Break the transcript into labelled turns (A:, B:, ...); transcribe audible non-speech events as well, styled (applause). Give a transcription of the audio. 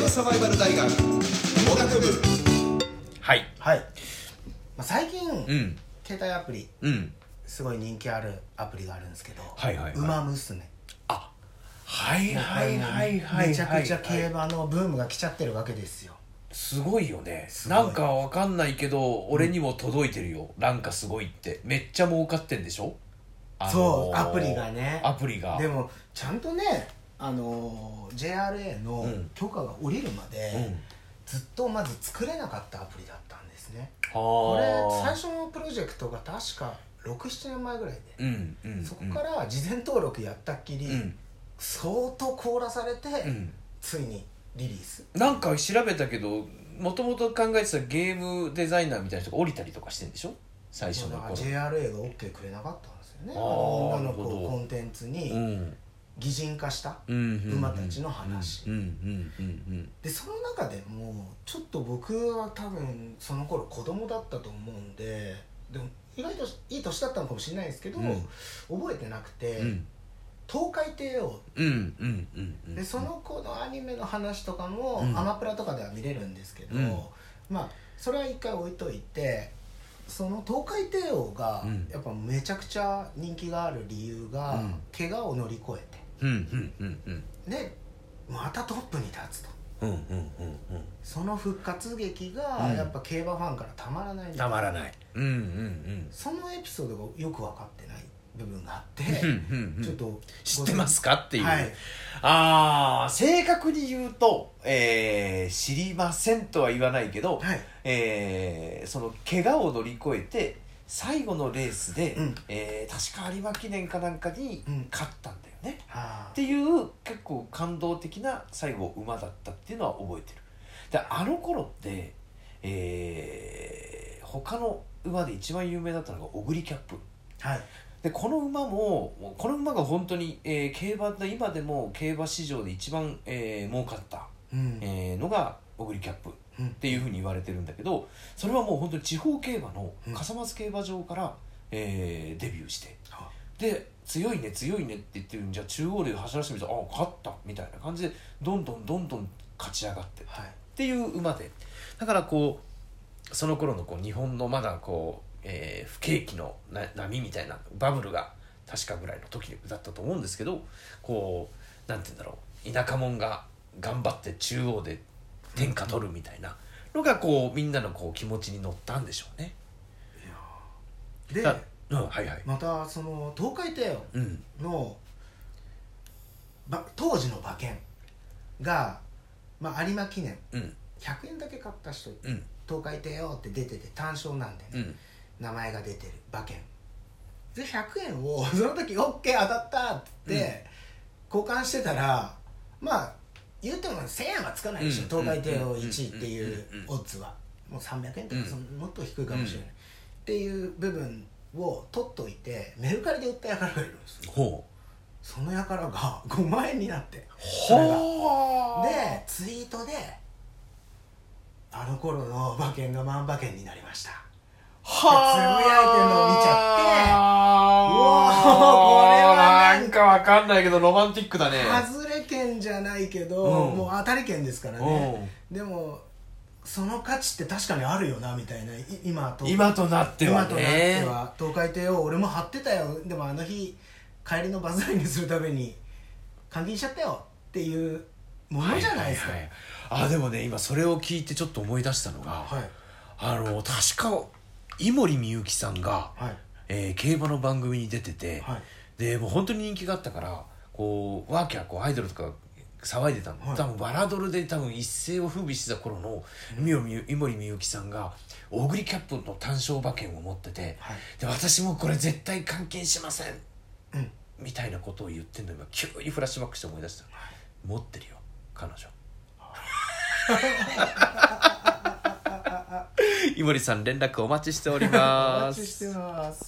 A: ドサバイバル大学工学部
B: はい
C: はい、まあ、最近、
B: うん
C: 携帯アプリ
B: うん
C: すごい人気あるアプリがあるんですけど「
B: はいはいはい
C: ウマ娘」
B: はいはいはいはいはい
C: めちゃくちゃ
B: は
C: 競
B: い
C: 馬のブームが来ちゃってるわけですよ、
B: すごいよね
C: すごい
B: なんかわかんないけど俺にも届いてるよ、なんかすごいってめっちゃ儲かってんでしょあのー
C: そうアプリがね
B: アプリが
C: でもちゃんとねあのー JRA の
B: うん
C: 許可が下りるまで、
B: うん
C: ずっとまず作れなかったアプリだったんですねこれ最
B: は
C: 初のプロジェクトが確か67年前ぐらいで、
B: れうんうん
C: そこから事前登録やったっきり、
B: うん
C: 相当凍らされて、
B: うん
C: ついにリリース
B: なんか調べたけどもともと考えてたゲームデザイナーみたいな人が降りたりとかしてんでしょ最初
C: だ
B: の
C: から
B: 頃
C: JRA が OK くれなかったんですよね
B: あー
C: あの女の子
B: なるほ
C: を
B: ど
C: コンテンツ
B: う
C: に
B: ん
C: 擬人化した、
B: うんうん
C: 馬たちの話
B: うんうんうん
C: でその中でもちょっと僕は多分その頃子供だったと思うんででも意外といい年だったのかもしれないですけど、
B: うん
C: 覚えてなくて「
B: うんうん
C: 東海帝王
B: うんうんうんう」ん
C: でその子のアニメの話とかも、
B: うん
C: アマプラとかでは見れるんですけど、
B: うん
C: まあそれは一回置いといてその東海帝王が
B: うん
C: やっぱめちゃくちゃ人気がある理由が、
B: うん
C: 怪我を乗り越
B: うんうんうんうん
C: えてでまたトップに立つと。
B: うんうんうんうん
C: その復活劇が
B: うん
C: やっぱ競馬ファンからたまらない、
B: たまらないうんうんうん
C: そのエピソードがよく分かってない部分があって
B: うんうん
C: ちょっと
B: 知ってますかっていう、
C: はい
B: ああ正確に言うと、えー知りませんとは言わないけど、
C: はい
B: えーその怪我を乗り越えて最後のレースで、
C: うん
B: えー確か有馬記念かなんかに
C: うん
B: 勝ったんだよね、っ
C: あ
B: ていう結構感動的な最後馬だったっていうのは覚えてるであの頃って、えー他の馬で一番有名だったのがオグリキャップ
C: ーはい
B: でこの馬ももうこの馬が本当に、えー競馬で今でも競馬市場で一番、えー儲かった、
C: うん
B: えーのがオグリキャップっ
C: うん
B: ていうふうに言われてるんだけどそれはもう本当に地方競馬の
C: うん
B: 笠松競馬場から、えーデビューして
C: は
B: で強いね強いねって言ってるんじゃ中央で走らせてみたらあ勝ったみたいな感じでどんどんどんどん勝ち上がって
C: はい
B: っていう馬でだからこうその頃のこう日本のまだこう、えー不景気のな波みたいなバブルが確かぐらいの時だったと思うんですけどこうなんて言うんだろう田舎者が頑張って中央で天下取るみたいなのがこうみんなのこう気持ちに乗ったんでしょうね。
C: で
B: だうん、はいはい。
C: またその東海帝
B: うん、
C: 王のば当時の馬券が、まあ、有馬記念
B: うん、
C: 100円だけ買った人
B: うん、
C: 東海帝王って出てて単勝なんでね、
B: うん。
C: 名前が出てる馬券で100円を (laughs) その時 OK 当たったって言って、交換してたらまあ言うても1000円はつかないでしょ、
B: うん
C: 東海帝
B: うん
C: 王1位っていう
B: うん
C: オッズはもう300円と
B: うん
C: かそのもっと低いかもしれない、っていう部分を取っといてメルカリで売った輩がいるんですよ
B: ほう。
C: その輩が5万 (laughs) 円になってそれが
B: ほ
C: でツイートで「あの頃の馬券が万馬券になりました」
B: は
C: つぶやいてんのを見ちゃ
B: うわー
C: って
B: な
C: うわーこれはね
B: んかわかんないけどロマンティックだね
C: 外れ券じゃないけど、
B: うん
C: もう当たり券ですからね、でもその価値って確かにあるよなみたいない今と
B: 今となって
C: 今
B: は
C: となって
B: ね
C: は東海帝王俺も張ってたよでもあの日帰りのバズラインにするために換金しちゃったよっていうものじゃないですか
B: はははいあでもね今それを聞いてちょっと思い出したのが、
C: はい
B: あの確か井森美幸さんが、
C: はい
B: えー競馬の番組に出てて、
C: はい
B: でもう本当に人気があったからこうワーキャーこうアイドルとか騒いでたの、
C: はい
B: 多分バラドルで多分一世を風靡してた頃のみよみよ井森美幸さんがオグリキャップの単勝馬券を持ってて、
C: はい
B: で私もこれ絶対換金しません、
C: うん
B: みたいなことを言ってんの今急にフラッシュバックして思い出した、持ってるよ彼女 (laughs) 井森さん連絡お待ちしており
C: お
B: ます
C: 待ちしてます